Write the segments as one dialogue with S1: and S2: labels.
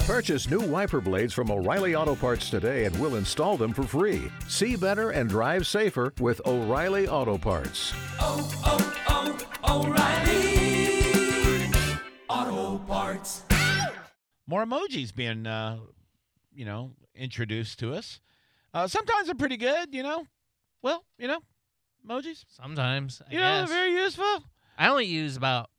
S1: Purchase new wiper blades from O'Reilly Auto Parts today and we'll install them for free. See better and drive safer with O'Reilly Auto Parts.
S2: oh, oh, O'Reilly. Auto parts.
S3: more emojis being uh, you know introduced to us uh, sometimes they're pretty good you know well you know emojis
S4: Sometimes. I
S3: you know
S4: guess.
S3: they're very useful
S4: I only use about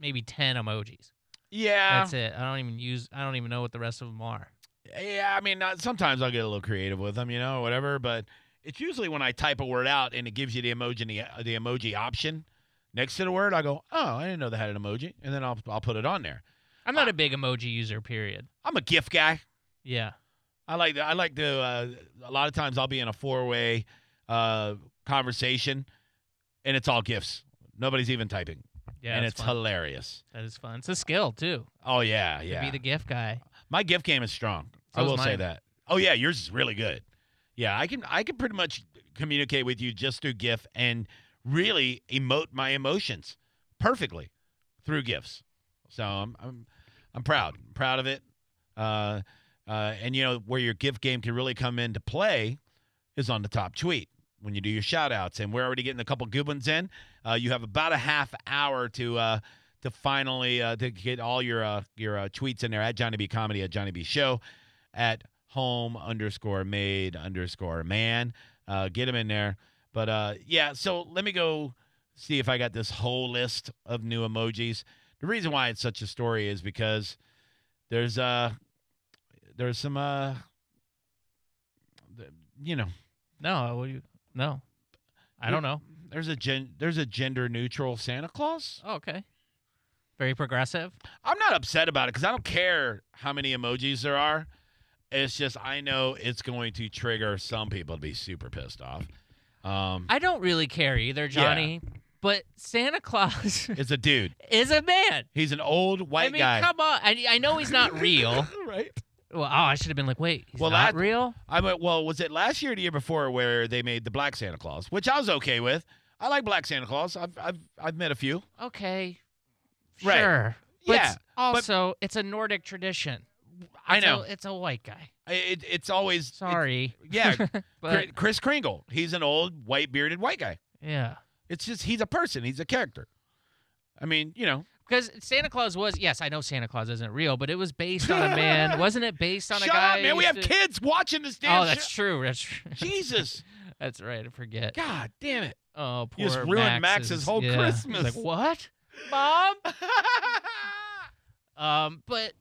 S4: maybe ten emojis.
S3: yeah
S4: That's it. I don't even use. I don't even know what the rest of them are.
S3: yeah i mean uh, sometimes i'll get a little creative with them you know or whatever but it's usually when i type a word out and it gives you the emoji the, uh, the emoji option next to the word i go oh i didn't know they had an emoji and then i'll, I'll put it on there
S4: I'm
S3: Uh,
S4: not a big emoji user. Period.
S3: i'm a gif guy
S4: Yeah.
S3: I like to, I like to. Uh, a lot of times I'll be in a four way uh, conversation, and it's all gifts. Nobody's even typing,
S4: Yeah.
S3: and
S4: that's
S3: it's
S4: fun.
S3: hilarious.
S4: that is fun. It's a skill too.
S3: Oh yeah,
S4: To
S3: yeah.
S4: be the gift guy.
S3: My gift game is strong.
S4: So
S3: I
S4: is
S3: will say
S4: mine.
S3: that. Oh yeah, yours is really good. Yeah, I can I can pretty much communicate with you just through GIF and really emote my emotions perfectly through GIFs. So I'm I'm I'm proud proud of it. Uh, uh, and you know where your GIF game can really come into play is on the top tweet when you do your shout outs and we're already getting a couple good ones in uh, you have about a half hour to uh, to finally uh, to get all your uh, your uh, tweets in there at johnny b comedy at johnny b show at home underscore made underscore man uh, get them in there but uh, yeah so let me go see if i got this whole list of new emojis the reason why it's such a story is because there's uh there's some uh th- you know
S4: No. What do you? No. I don't know.
S3: There's a gen- there's a gender neutral Santa Claus.
S4: Oh, okay. Very progressive.
S3: I'm not upset about it because I don't care how many emojis there are. It's just I know it's going to trigger some people to be super pissed off. Um,
S4: I don't really care either, Johnny. But Santa Claus
S3: it's a dude.
S4: is a man.
S3: He's an old white
S4: I mean,
S3: guy.
S4: come on. I, I know he's not real.
S3: right.
S4: well, oh, I should have been like, wait, he's
S3: Well,
S4: not
S3: that-
S4: real.
S3: I went. Well, was it last year or the year before where they made the black Santa Claus, which I was okay with. I like black Santa Claus. I've I've I've met a few.
S4: Okay.
S3: Right.
S4: Sure. But
S3: Yeah,
S4: it's also, it's a Nordic tradition.
S3: I
S4: It's a-
S3: know.
S4: it's a white guy.
S3: I- It, it's always it-
S4: Sorry.
S3: yeah,
S4: but
S3: Chris Kringle. He's an old white bearded white guy.
S4: yeah.
S3: It's just he's a person. He's a character. I mean, you know,
S4: Because Santa Claus was, yes, I know Santa Claus isn't real, but it was based on a man. Wasn't it based on
S3: shut
S4: a guy?
S3: up, man.
S4: who
S3: We have
S4: used to-
S3: kids watching this damn.
S4: Oh, that's
S3: show.
S4: true. That's true.
S3: Jesus,
S4: That's right. I forget.
S3: God damn it!
S4: Oh, poor
S3: You just ruined
S4: Max
S3: Max's
S4: is-
S3: whole
S4: yeah. He's
S3: Christmas.
S4: Like what, mom? Um, but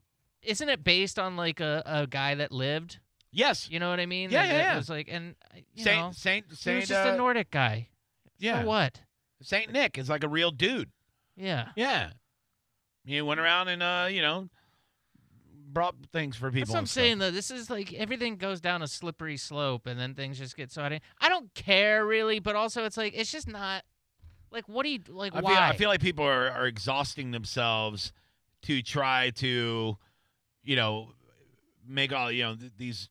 S4: isn't it based on like a, a guy that lived?
S3: yes,
S4: You know what I mean?
S3: Yeah,
S4: And
S3: yeah,
S4: it
S3: yeah.
S4: was like, and uh, you
S3: Saint
S4: know,
S3: Saint
S4: he
S3: Saint
S4: was just
S3: uh,
S4: a Nordic guy.
S3: yeah
S4: So what?
S3: Saint Nick is like a real dude.
S4: Yeah.
S3: Yeah, he went around and uh, you know, brought things for people.
S4: That's what I'm
S3: and stuff.
S4: saying though. This is like everything goes down a slippery slope, and then things just get so out of. I don't care really, but also it's like it's just not. Like what do you like?
S3: I
S4: why?
S3: feel, I feel like people are, are exhausting themselves to try to, you know, make all, you know, th- these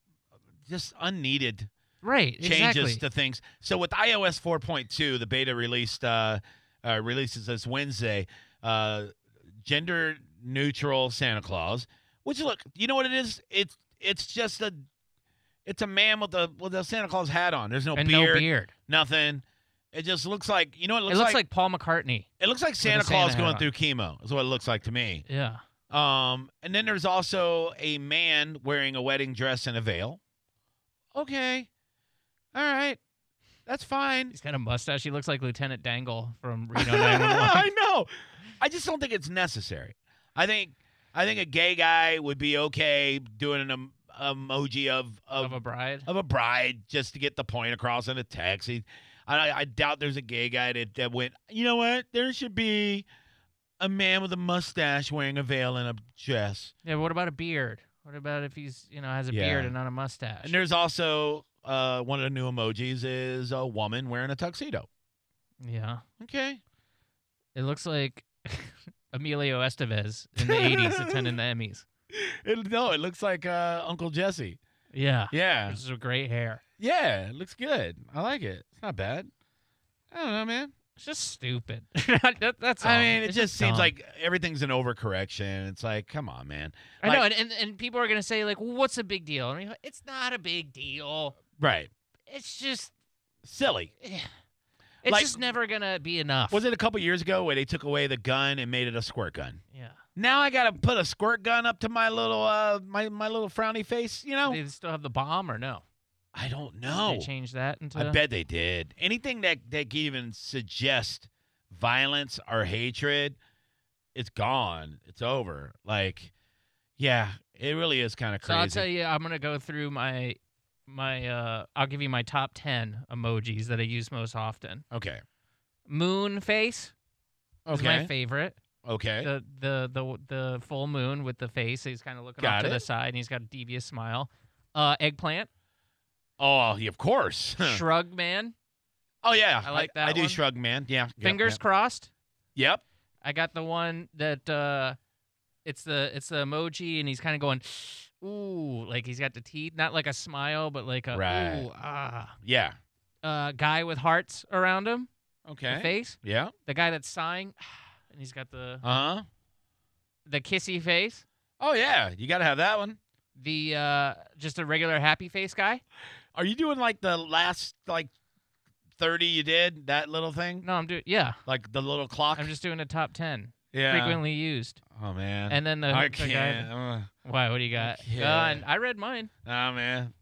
S3: just unneeded
S4: right.
S3: changes
S4: exactly.
S3: to things. So with iOS 4.2, the beta released uh, uh, releases this Wednesday, uh, gender neutral Santa Claus. Which look, you know what it is? It's it's just a it's a man with a with a Santa Claus hat on. There's no
S4: and
S3: beard,
S4: no beard.
S3: nothing. It just looks like you know. It
S4: It
S3: looks,
S4: looks like, Paul McCartney.
S3: it looks like
S4: a
S3: Santa
S4: Santa
S3: Claus
S4: hat
S3: going
S4: on.
S3: through chemo. Is what it looks like to me.
S4: Yeah.
S3: Um, and then there's also a man wearing a wedding dress and a veil. Okay, all right, that's fine.
S4: He's got a mustache. He looks like Lieutenant Dangle from Reno 911.
S3: I know. I just don't think it's necessary. I think I think a gay guy would be okay doing an em- emoji of of,
S4: of a bride.
S3: of a bride just to get the point across in a text. He, I, I doubt there's a gay guy that, that went, you know what? There should be a man with a mustache wearing a veil and a dress.
S4: Yeah, but what about a beard? What about if he's you know has a
S3: Yeah.
S4: beard and not a mustache?
S3: And there's also uh, one of the new emojis is a woman wearing a tuxedo.
S4: yeah,
S3: Okay.
S4: it looks like Emilio Estevez in the '80s attending the Emmys.
S3: It, no, it looks like uh, Uncle Jesse.
S4: Yeah,
S3: Yeah.
S4: this is a great hair.
S3: Yeah, it looks good. I like it. It's not bad. I don't know, man.
S4: It's just stupid. That- that's. all.
S3: I mean, it
S4: It's
S3: just seems
S4: dumb.
S3: like everything's an overcorrection. It's like, come on, man.
S4: I know,
S3: like-
S4: and, and and people are gonna say like, well, "What's a big deal?" I mean, it's not a big deal.
S3: Right.
S4: It's just,
S3: Silly.
S4: eh, it's
S3: Like-
S4: just never gonna be enough.
S3: Was it a couple years ago where they took away the gun and made it a squirt gun?
S4: Yeah.
S3: Now I gotta put a squirt gun up to my little uh my, my little frowny face, you know?
S4: Do They still have the bomb or no?
S3: I don't
S4: Did
S3: know.
S4: They change that into.
S3: I bet they did. Anything that that can even suggest violence or hatred, it's gone. It's over. Like, yeah, it really is kind of
S4: So
S3: crazy.
S4: I'll tell you, I'm gonna go through my my uh I'll give you my top ten emojis that I use most often.
S3: okay.
S4: Moon face is my
S3: Okay.
S4: favorite.
S3: okay.
S4: The the the the full moon with the face. He's kind of looking off
S3: Got
S4: to the
S3: it.
S4: side and he's got a devious smile. Uh, eggplant,
S3: oh, yeah, of course.
S4: shrug man,
S3: oh yeah,
S4: I like
S3: I
S4: that
S3: do
S4: one.
S3: shrug, man. Yeah. yep,
S4: fingers
S3: Yep.
S4: crossed.
S3: yep.
S4: I got the one that uh it's the it's the emoji and he's kind of going ooh like he's got the teeth not like a smile but like a
S3: Right.
S4: ooh ah
S3: Yeah.
S4: uh guy with hearts around him the
S3: Okay.
S4: face
S3: Yeah.
S4: the guy that's sighing and he's got the
S3: Uh huh.
S4: the kissy face
S3: Oh yeah, you gotta have that one.
S4: the uh just a regular happy face guy
S3: Are you doing like the last like thirty you did that little thing,
S4: no i'm doing yeah
S3: like the little clock?
S4: i'm just doing a top 10
S3: yeah.
S4: frequently used
S3: Oh man.
S4: and then the,
S3: I
S4: the guy
S3: can't. Uh,
S4: why what do you got
S3: can't.
S4: Gun. i read mine
S3: nah, man.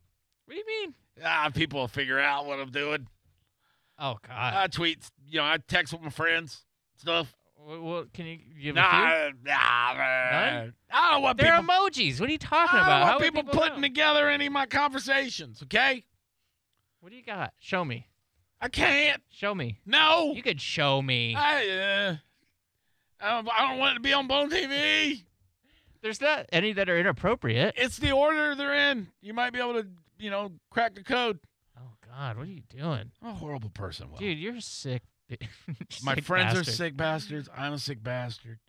S4: what do you mean
S3: Ah, people will figure out what I'm doing.
S4: oh god
S3: I tweet, you know, I text with my friends, stuff.
S4: Wh- wh- can you give
S3: Nah,
S4: a few?
S3: I- nah, man. I don't want
S4: They're
S3: people.
S4: emojis. What are you talking
S3: I don't
S4: about?
S3: want
S4: How would
S3: people, putting
S4: know?
S3: together any of my conversations. Okay,
S4: What do you got? Show me.
S3: I can't.
S4: Show me.
S3: No,
S4: You could show me.
S3: Oh. I. Uh, I don't, I don't want it to be on Bone TV.
S4: There's not any that are inappropriate.
S3: It's the order they're in. You might be able to, you know, crack the code.
S4: Oh God, what are you doing,
S3: I'm a horrible person. Will.
S4: dude? You're a sick. bi-
S3: My
S4: sick
S3: friends are
S4: bastard.
S3: sick bastards. I'm a sick bastard.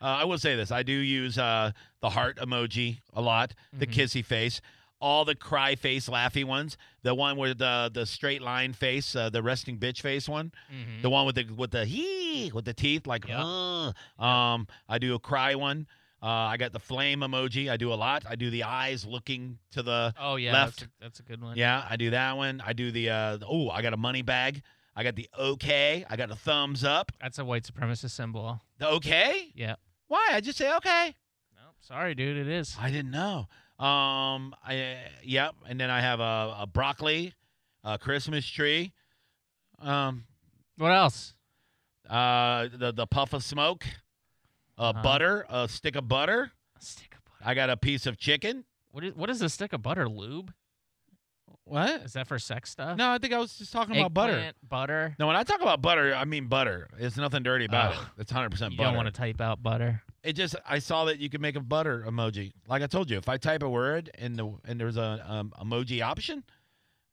S3: Uh, I will say this: I do use uh, the heart emoji a lot, the
S4: Mhm.
S3: kissy face, all the cry face, laughy ones, the one with the the straight line face, uh, the resting bitch face one,
S4: Mhm.
S3: the one with the with the hee with the teeth, like
S4: Yeah.
S3: "Ugh." um. I do a cry one. Uh, I got the flame emoji. I do a lot. I do the eyes looking to the.
S4: Oh yeah,
S3: left.
S4: That's, a, that's a good one.
S3: Yeah, I do that one. I do the. Uh, oh, I got a money bag. I got the okay. I got a thumbs up.
S4: that's a white supremacist symbol.
S3: The okay?
S4: Yeah.
S3: Why? I just say okay.
S4: Nope, sorry, dude, it is.
S3: I didn't know. Um. I yep. And then I have a, a broccoli, a Christmas tree, um,
S4: What else?
S3: uh, the the puff of smoke, uh,
S4: Uh-huh.
S3: butter, a stick of butter.
S4: A stick of butter.
S3: I got a piece of chicken.
S4: What is what is a stick of butter? Lube?
S3: What? Uh,
S4: Is that for sex stuff?
S3: No, I think I was just talking about butter.
S4: Eggplant, Butter.
S3: No, when I talk about butter, I mean butter. It's nothing dirty about
S4: Oh.
S3: it. It's 100% butter.
S4: You don't want to type out butter.
S3: it just I saw that you can make a butter emoji. Like I told you, if I type a word and the and there's a um, emoji option,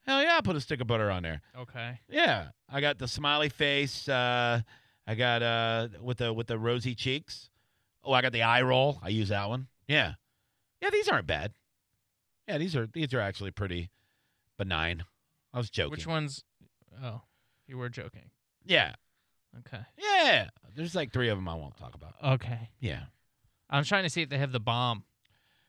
S3: hell yeah, I put a stick of butter on there.
S4: Okay.
S3: Yeah, I got the smiley face. Uh, I got uh with the with the rosy cheeks. Oh, I got the eye roll. I use that one. Yeah, yeah, these aren't bad. Yeah, these are these are actually pretty benign. I was joking.
S4: Which ones? Oh, you were joking.
S3: Yeah,
S4: Okay.
S3: yeah. There's like three of them I won't talk about.
S4: Okay.
S3: Yeah,
S4: I'm trying to see if they have the bomb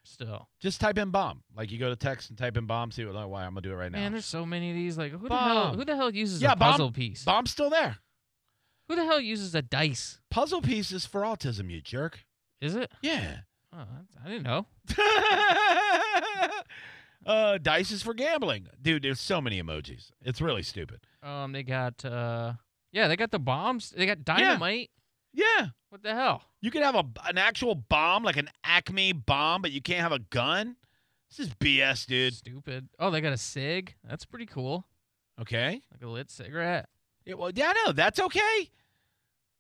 S4: still.
S3: just type in bomb. Like you go to text and type in bomb. See what? Why I'm gonna do it right now.
S4: Man, there's so many of these. Like, who the hell?
S3: Bomb.
S4: Who the hell uses
S3: Yeah,
S4: a
S3: bomb-
S4: puzzle piece?
S3: Bomb's still there.
S4: Who the hell uses a dice?
S3: Puzzle pieces for autism, you jerk.
S4: Is it?
S3: Yeah.
S4: Oh, I- I didn't know.
S3: uh, dice is for gambling. Dude, there's so many emojis. It's really stupid.
S4: Um, they got uh, yeah, they got the bombs. They got dynamite.
S3: Yeah.
S4: What the hell?
S3: You could have a, an actual bomb, like an Acme bomb, but you can't have a gun. This is BS, dude.
S4: Stupid. Oh, they got a sig. That's pretty cool.
S3: Okay.
S4: Like a lit cigarette.
S3: Yeah, well, yeah, I know. That's okay.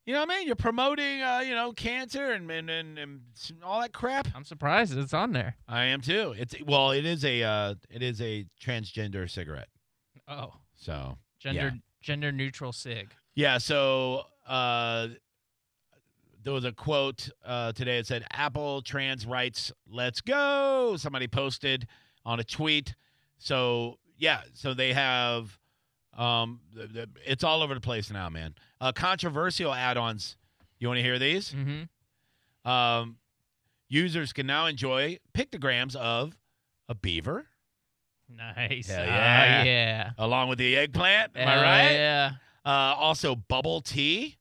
S3: You know what I mean? You're promoting, uh, you know, cancer and, and, and, and all that crap.
S4: I'm surprised it's on there.
S3: I am too. It's well, it is a uh, it is a transgender cigarette.
S4: Oh,
S3: So
S4: gender gender neutral sig.
S3: Yeah, so uh, there was a quote uh, today that said, Apple trans rights, let's go. Somebody posted on a tweet. So, yeah, so they have Um, the, the, it's all over the place now, man. Uh, controversial add-ons. You want to hear these?
S4: Mm-hmm.
S3: Um, users can now enjoy pictograms of a beaver
S4: Nice.
S3: Hell
S4: Ah,
S3: yeah.
S4: yeah.
S3: along with the eggplant. Am I
S4: Hell
S3: right?
S4: Yeah.
S3: Uh, also, bubble tea.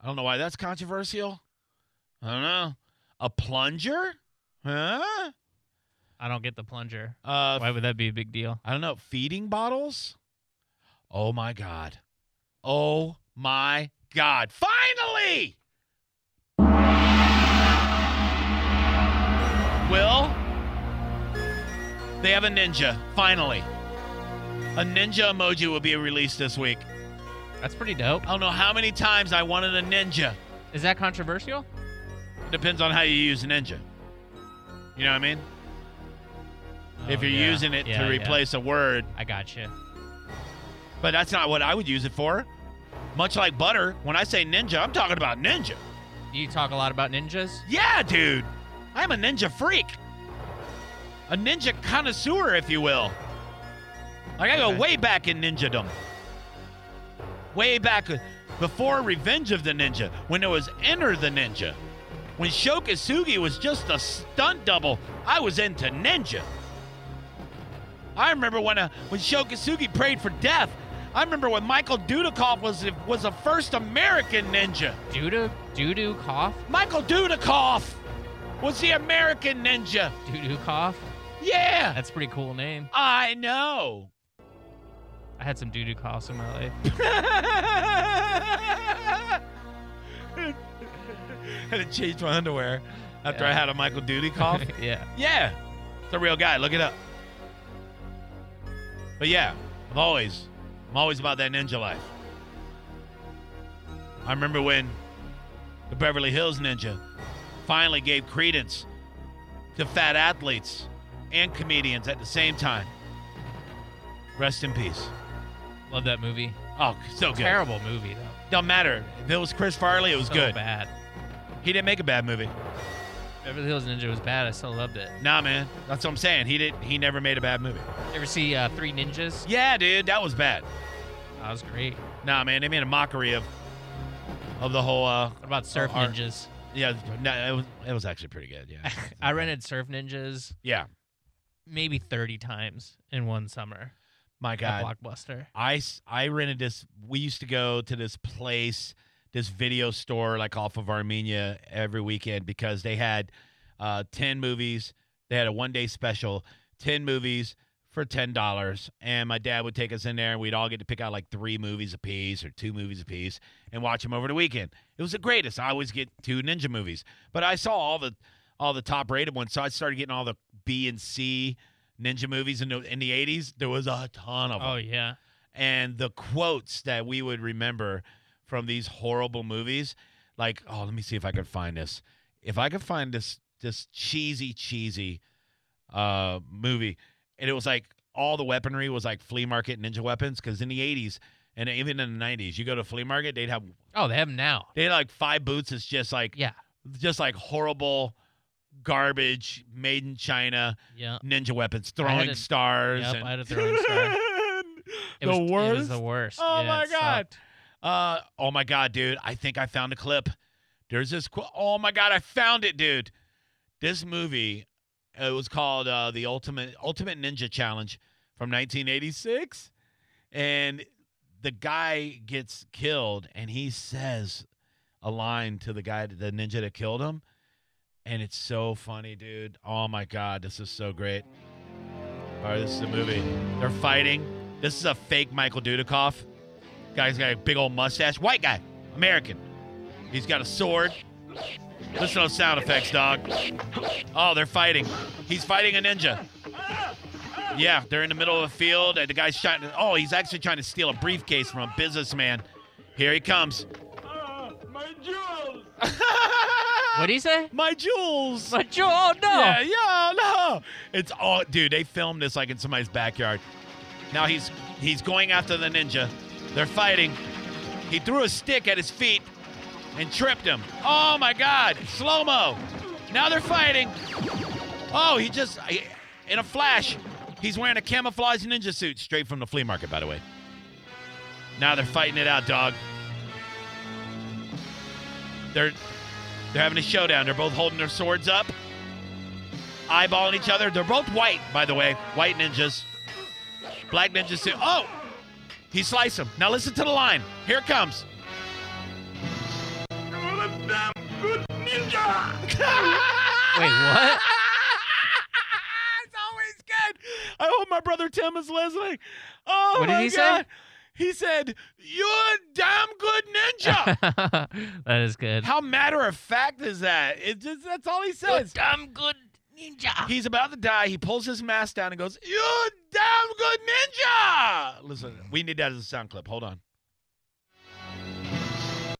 S3: I don't know why that's controversial. I don't know. A plunger? Huh?
S4: I don't get the plunger.
S3: Uh,
S4: Why would that be a big deal?
S3: I don't know. Feeding bottles? Oh my God. Oh my God. Finally! Will, they have a ninja. Finally. A ninja emoji will be released this week.
S4: That's pretty dope.
S3: I don't know how many times I wanted a ninja.
S4: Is that controversial?
S3: Depends on how you use ninja. You know what I mean? if
S4: Oh,
S3: you're
S4: yeah.
S3: using it
S4: Yeah,
S3: to
S4: yeah.
S3: replace a word,
S4: I gotcha.
S3: But that's not what I would use it for. Much like butter, when I say ninja, I'm talking about ninja.
S4: You talk a lot about ninjas.
S3: Yeah, dude. I'm a ninja freak. A ninja connoisseur, if you will. Like I go
S4: Okay.
S3: way back in ninjadom. Way back before Revenge of the Ninja, when there was Enter the Ninja. When Shokasugi was just a stunt double, I was into ninja. I remember when uh, when Shokasugi prayed for death. I remember when Michael Dudikoff was was a first American ninja.
S4: Doo doo cough.
S3: Michael Dudikoff was the American ninja.
S4: Doo doo cough.
S3: Yeah,
S4: That's a pretty cool name.
S3: I know.
S4: I had some doo doo coughs in my life.
S3: I had to change my underwear after I
S4: Yeah.
S3: had a Michael Dudikoff.
S4: yeah.
S3: yeah, it's a real guy. Look it up. But yeah, I'm always, I'm always about that ninja life. I remember when the Beverly Hills Ninja finally gave credence to fat athletes and comedians at the same time. Rest in peace.
S4: Love that movie.
S3: Oh, so good.
S4: Terrible movie though.
S3: Don't matter. If it was Chris Farley, it was
S4: so
S3: good.
S4: bad.
S3: He didn't make a bad movie.
S4: Beverly Hills Ninja was bad. I still loved it.
S3: Nah, man. That's what I'm saying. He didn't. He never made a bad movie.
S4: You ever see uh, Three Ninjas?
S3: Yeah, dude, that was bad.
S4: That was great.
S3: Nah, man. They made a mockery of of the whole. uh
S4: What about Surf
S3: Oh, our-
S4: Ninjas?
S3: Yeah, no, it was it was actually pretty good. Yeah.
S4: I rented Surf Ninjas
S3: Yeah,
S4: maybe 30 times in one summer
S3: my God.
S4: at Blockbuster.
S3: I, s- I rented this. We used to go to this place, this video store, like off of Armenia every weekend because they had uh, 10 movies. They had a one day special, 10 movies for $10. And my dad would take us in there and we'd all get to pick out like three movies apiece or two movies apiece and watch them over the weekend. It was the greatest. I always get two ninja movies, but I saw all the all the top rated ones. So I started getting all the B and C ninja movies in the, in the 80s. There was a ton of them
S4: Oh, yeah.
S3: and the quotes that we would remember from these horrible movies like oh let me see if i could find this if i could find this this cheesy cheesy uh movie and it was like all the weaponry was like flea market ninja weapons because in the 80s and even in the 90s you go to a flea market they'd have
S4: Oh, they have them now.
S3: they had like five boots it's just like
S4: Yeah.
S3: just like horrible garbage made in china
S4: Yeah.
S3: ninja weapons
S4: I had
S3: throwing
S4: a-
S3: stars
S4: yep,
S3: and
S4: I had a throwing star. It
S3: the
S4: was, It
S3: worst
S4: was the worst.
S3: Oh
S4: Yeah,
S3: my
S4: it
S3: God.
S4: sucked.
S3: Uh, oh my God, dude! I think I found a clip. There's this. Qu- oh my God, I found it, dude. This movie, it was called uh, the Ultimate Ultimate Ninja Challenge from 1986, and the guy gets killed, and he says a line to the guy, the ninja that killed him, and it's so funny, dude. Oh my God, this is so great. All right, this is the movie. They're fighting. This is a fake Michael Dudikoff. Guy's got a big old mustache. White guy, American. He's got a sword. Listen to those sound effects, dog. Oh, they're fighting. He's fighting a ninja. Yeah, they're in the middle of a field, and the guy's trying. To, oh, he's actually trying to steal a briefcase from a businessman. Here he comes.
S4: What do you say?
S3: My jewels.
S4: But you, oh no.
S3: Yeah, yeah, no. It's all, dude. They filmed this like in somebody's backyard. Now he's he's going after the ninja. They're fighting. He threw a stick at his feet and tripped him. Oh my God! Slow mo. Now they're fighting. Oh, he just in a flash. He's wearing a camouflage ninja suit, straight from the flea market, by the way. Now they're fighting it out, dog. They're they're having a showdown. They're both holding their swords up, eyeballing each other. They're both white, by the way, white ninjas. Black ninjas too. Oh, he sliced him. Now listen to the line. Here it comes.
S4: Wait, what?
S3: it's always good. I hope my brother Tim is listening. Oh
S4: What did
S3: my
S4: he say?
S3: God. He said, "You're a damn good ninja."
S4: that is good.
S3: How matter of fact is that? It just that's all he says.
S4: damn good ninja.
S3: He's about to die. He pulls his mask down and goes, "You're a damn good ninja." Listen, we need that as a sound clip. Hold on.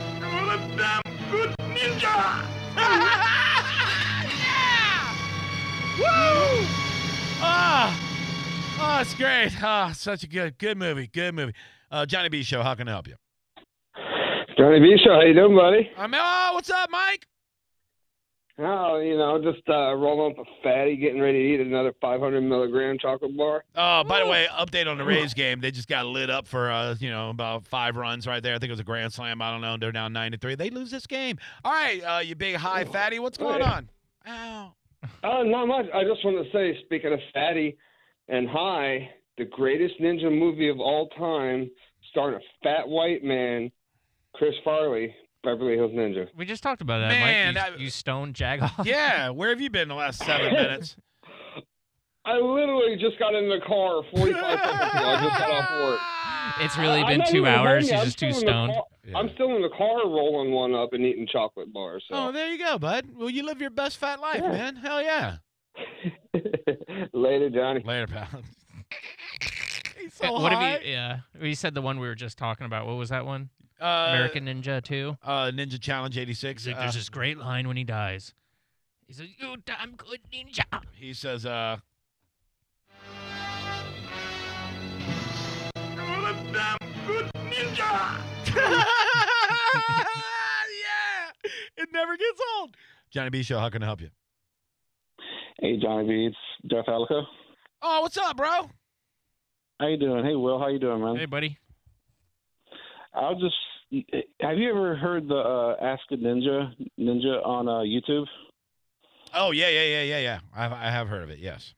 S3: You're a damn good ninja. yeah! Woo! Ah, ah, it's great. Ah, such a good, good movie. Good movie. Uh, Johnny B. Show. How can I help you?
S5: Johnny B. Show, how you doing, buddy?
S3: I'm. Oh, what's up, Mike?
S5: Oh, you know, just uh, rolling up a fatty, getting ready to eat another 500 milligram chocolate bar.
S3: Oh, by the way, update on the Rays game. They just got lit up for uh, you know, about five runs right there. I think it was a grand slam. I don't know. They're down nine to three. They lose this game. All right, uh, you big high fatty, what's going on? Ow.
S5: Uh, not much. I just want to say, speaking of fatty and high, the greatest ninja movie of all time, starring a fat white man, Chris Farley, Beverly Hills Ninja.
S4: We just talked about that,
S3: Man,
S4: Mike. You,
S3: I-
S4: you stone jag off.
S3: Yeah, where have you been the last seven minutes?
S5: I literally just got in the car 45 seconds ago. I just got off work.
S4: It's really
S5: I'm
S4: been
S5: not
S4: two
S5: even
S4: hours.
S5: hungry.
S4: You're
S5: I'm
S4: just too
S5: still in the
S4: stoned.
S5: car- I'm still in the car rolling one up and eating chocolate bars. So.
S3: Oh, there you go, bud. Well, you live your best fat life,
S5: Yeah.
S3: man. Hell yeah.
S5: Later, Johnny.
S3: Later, pal. He's so
S4: Uh, what
S3: high.
S4: have you? Yeah, you said the one we were just talking about. What was that one?
S3: uh,
S4: American Ninja Two.
S3: uh, Ninja Challenge '86.
S4: He's like, there's this great line when he dies. He says, "You damn good ninja."
S3: He says, uh. yeah! It never gets old. Johnny B. Show, how can I help you?
S6: Hey, Johnny B, it's Jeff Alico.
S3: Oh, what's up, bro?
S6: How you doing? Hey, Will, how you doing, man?
S4: Hey, buddy.
S6: I'll just. Have you ever heard the uh, Ask a Ninja Ninja on uh, YouTube?
S3: Oh, yeah, yeah, yeah, yeah, yeah. I've, I have heard of it, yes.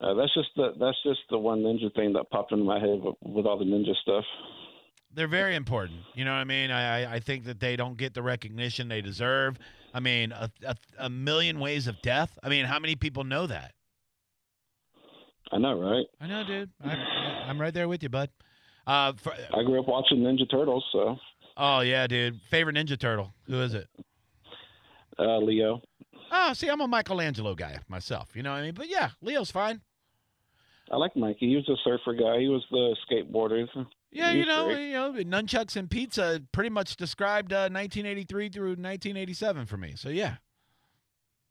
S6: Uh, that's just the that's just the one ninja thing that popped into my head with, with all the ninja stuff.
S3: They're very important. You know what I mean? I, I, I think that they don't get the recognition they deserve. I mean, a, a, a million ways of death. I mean, how many people know that?
S6: I know, right?
S3: I know, dude. I'm, I'm right there with you, bud. Uh, for,
S6: I grew up watching Ninja Turtles, so
S3: oh yeah, dude. Favorite Ninja Turtle? Who is it?
S6: uh, Leo.
S3: Oh, see, I'm a Michelangelo guy myself. You know what I mean? But yeah, Leo's fine.
S6: I like Mikey. He was a surfer guy. He was the skateboarder.
S3: Yeah, you
S6: He's
S3: know,
S6: great.
S3: you know, nunchucks and pizza pretty much described uh, 1983 through 1987 for me. So yeah,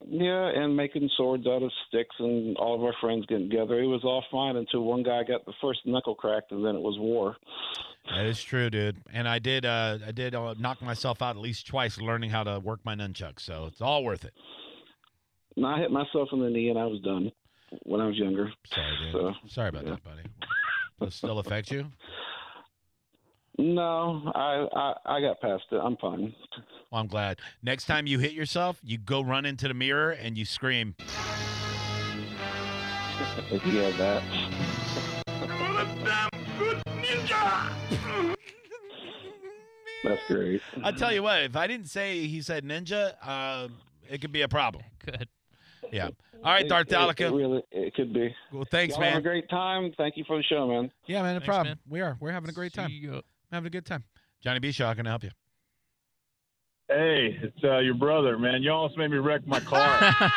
S6: Yeah, and making swords out of sticks, and all of our friends getting together. It was all fine until one guy got the first knuckle cracked, and then it was war.
S3: that is true, dude. And I did, uh, I did uh, knock myself out at least twice learning how to work my nunchucks. So it's all worth it.
S6: And I hit myself in the knee, and I was done when I was younger.
S3: Sorry, dude.
S6: So,
S3: Sorry about
S6: yeah.
S3: that, buddy. Does it still affect you?
S6: No, I, I I got past it. I'm fine.
S3: Well, I'm glad. Next time you hit yourself, you go run into the mirror and you scream.
S6: If you have that, that's great.
S3: I tell you what, if I didn't say he said ninja, uh, it could be a problem.
S4: Good.
S3: Yeah. All right,
S6: It- it- It,
S3: Dartalica.
S6: really, it could be.
S3: Well, thanks,
S6: Y'all have a
S3: man.
S6: great time. Thank you for the show, man.
S3: Yeah, man, no
S4: Thanks,
S3: problem.
S4: man.
S3: We are. We're having a great time.
S4: See ya.
S3: Having a good time. Johnny B. Shaw, how can I help you?
S7: Hey, it's uh, your brother, man. You almost made me wreck my car.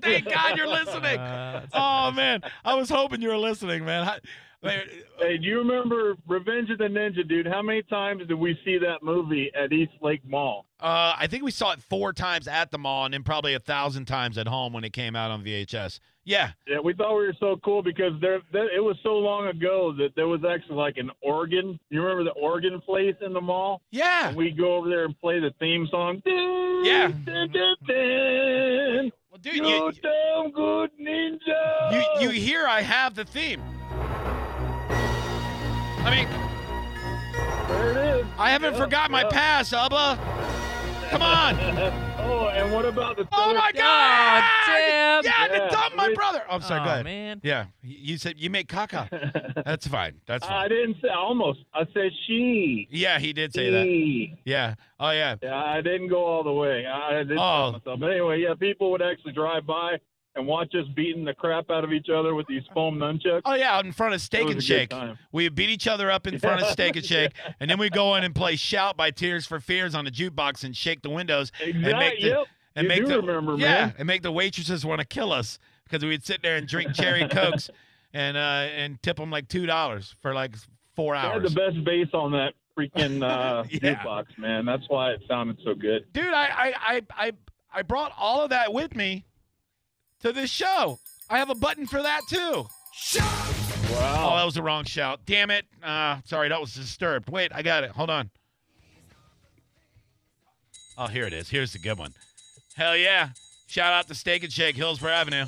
S3: Thank God you're listening.
S4: Uh, that's-
S3: Oh, man. I was hoping you were listening, man. I- man,
S7: hey, do you remember Revenge of the Ninja, dude? How many times did we see that movie at East Lake Mall?
S3: Uh, I think we saw it four times at the mall and then probably a thousand times at home when it came out on VHS. Yeah.
S7: Yeah, we thought we were so cool because there, there it was so long ago that there was actually like an organ. You remember the organ place in the mall?
S3: Yeah.
S7: And we'd go over there and play the theme song.
S3: Yeah.
S7: You
S3: Well, dude, you,
S7: damn good ninja.
S3: You you hear I have the theme. I mean,
S7: There it is.
S3: I haven't
S7: Yeah,
S3: forgot my
S7: yeah.
S3: pass, Ubba. Come on.
S7: oh, and what about the?
S3: Oh
S7: Southern-
S3: my God!
S4: Tim.
S3: Yeah, to
S7: Yeah.
S3: dump my brother. I'm sorry.
S4: oh,
S3: go ahead.
S4: man.
S3: Yeah, you you said you made caca. That's fine. That's
S7: I
S3: fine.
S7: didn't say almost. I said she.
S3: Yeah, he did say that.
S7: She.
S3: Yeah. Oh yeah.
S7: Yeah, I didn't go all the way. I did
S3: Oh.
S7: stop myself. But anyway, yeah, people would actually drive by and watch us beating the crap out of each other with these foam nunchucks.
S3: Oh yeah, out in front of
S7: It
S3: Steak
S7: was a
S3: and
S7: good
S3: Shake.
S7: time.
S3: We beat each other up in front of
S7: Yeah.
S3: Steak and Shake, and then we go in and play "Shout" by Tears for Fears on the jukebox and shake the windows
S7: Exactly.
S3: and make the
S7: yep.
S3: and
S7: You
S3: make
S7: do
S3: the
S7: remember,
S3: yeah
S7: man.
S3: and make the waitresses want to kill us because we'd sit there and drink cherry cokes and uh and tip them like two dollars for like four
S7: They had
S3: hours.
S7: the best bass on that freaking uh,
S3: Yeah.
S7: jukebox, man. That's why it sounded so good.
S3: dude I, I i i i brought all of that with me to this show i have a button for that too oh that
S7: Wow.
S3: was the wrong shout damn it uh sorry that was disturbed wait i got it hold on oh here it is here's the good one hell yeah shout out to steak and shake hillsborough avenue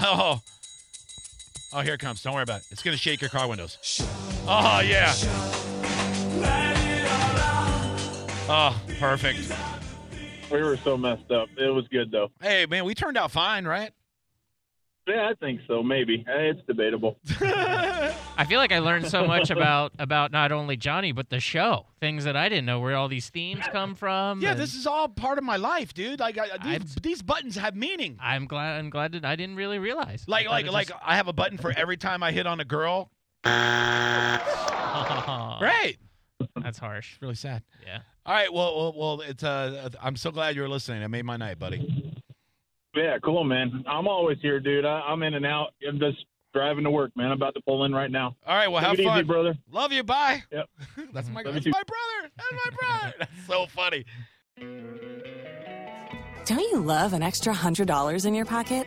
S3: oh oh here it comes don't worry about it it's gonna shake your car windows oh yeah oh perfect
S7: We were so messed up. It was good, though.
S3: Hey, man, we turned out fine, right?
S7: Yeah, I think so. Maybe. Eh, It's debatable.
S4: I feel like I learned so much about about not only Johnny but the show. Things that I didn't know where all these themes come from.
S3: yeah,
S4: and
S3: this is all part of my life, dude. Like, I, I- these,
S4: I'd-
S3: these buttons have meaning.
S4: I'm glad. I'm glad that I didn't really realize. I
S3: Like,
S4: thought
S3: like,
S4: it
S3: like,
S4: just-
S3: I have a button for every time I hit on a girl. Right.
S4: That's harsh.
S3: Oh, Really sad.
S4: Yeah.
S3: All right. Well, well, well. It's. Uh, I'm so glad you were listening. It made my night, buddy.
S7: Yeah, cool, man. I'm always here, dude. I, I'm in and out. I'm just driving to work, man. I'm about to pull in right now.
S3: All right. Well, have
S7: Take it
S3: fun.
S7: easy, brother.
S3: Love you. Bye.
S7: Yep.
S3: that's my.
S7: Love you
S3: That's
S7: too.
S3: my brother. That's my brother. that's so funny.
S8: Don't you love an extra $100 in your pocket?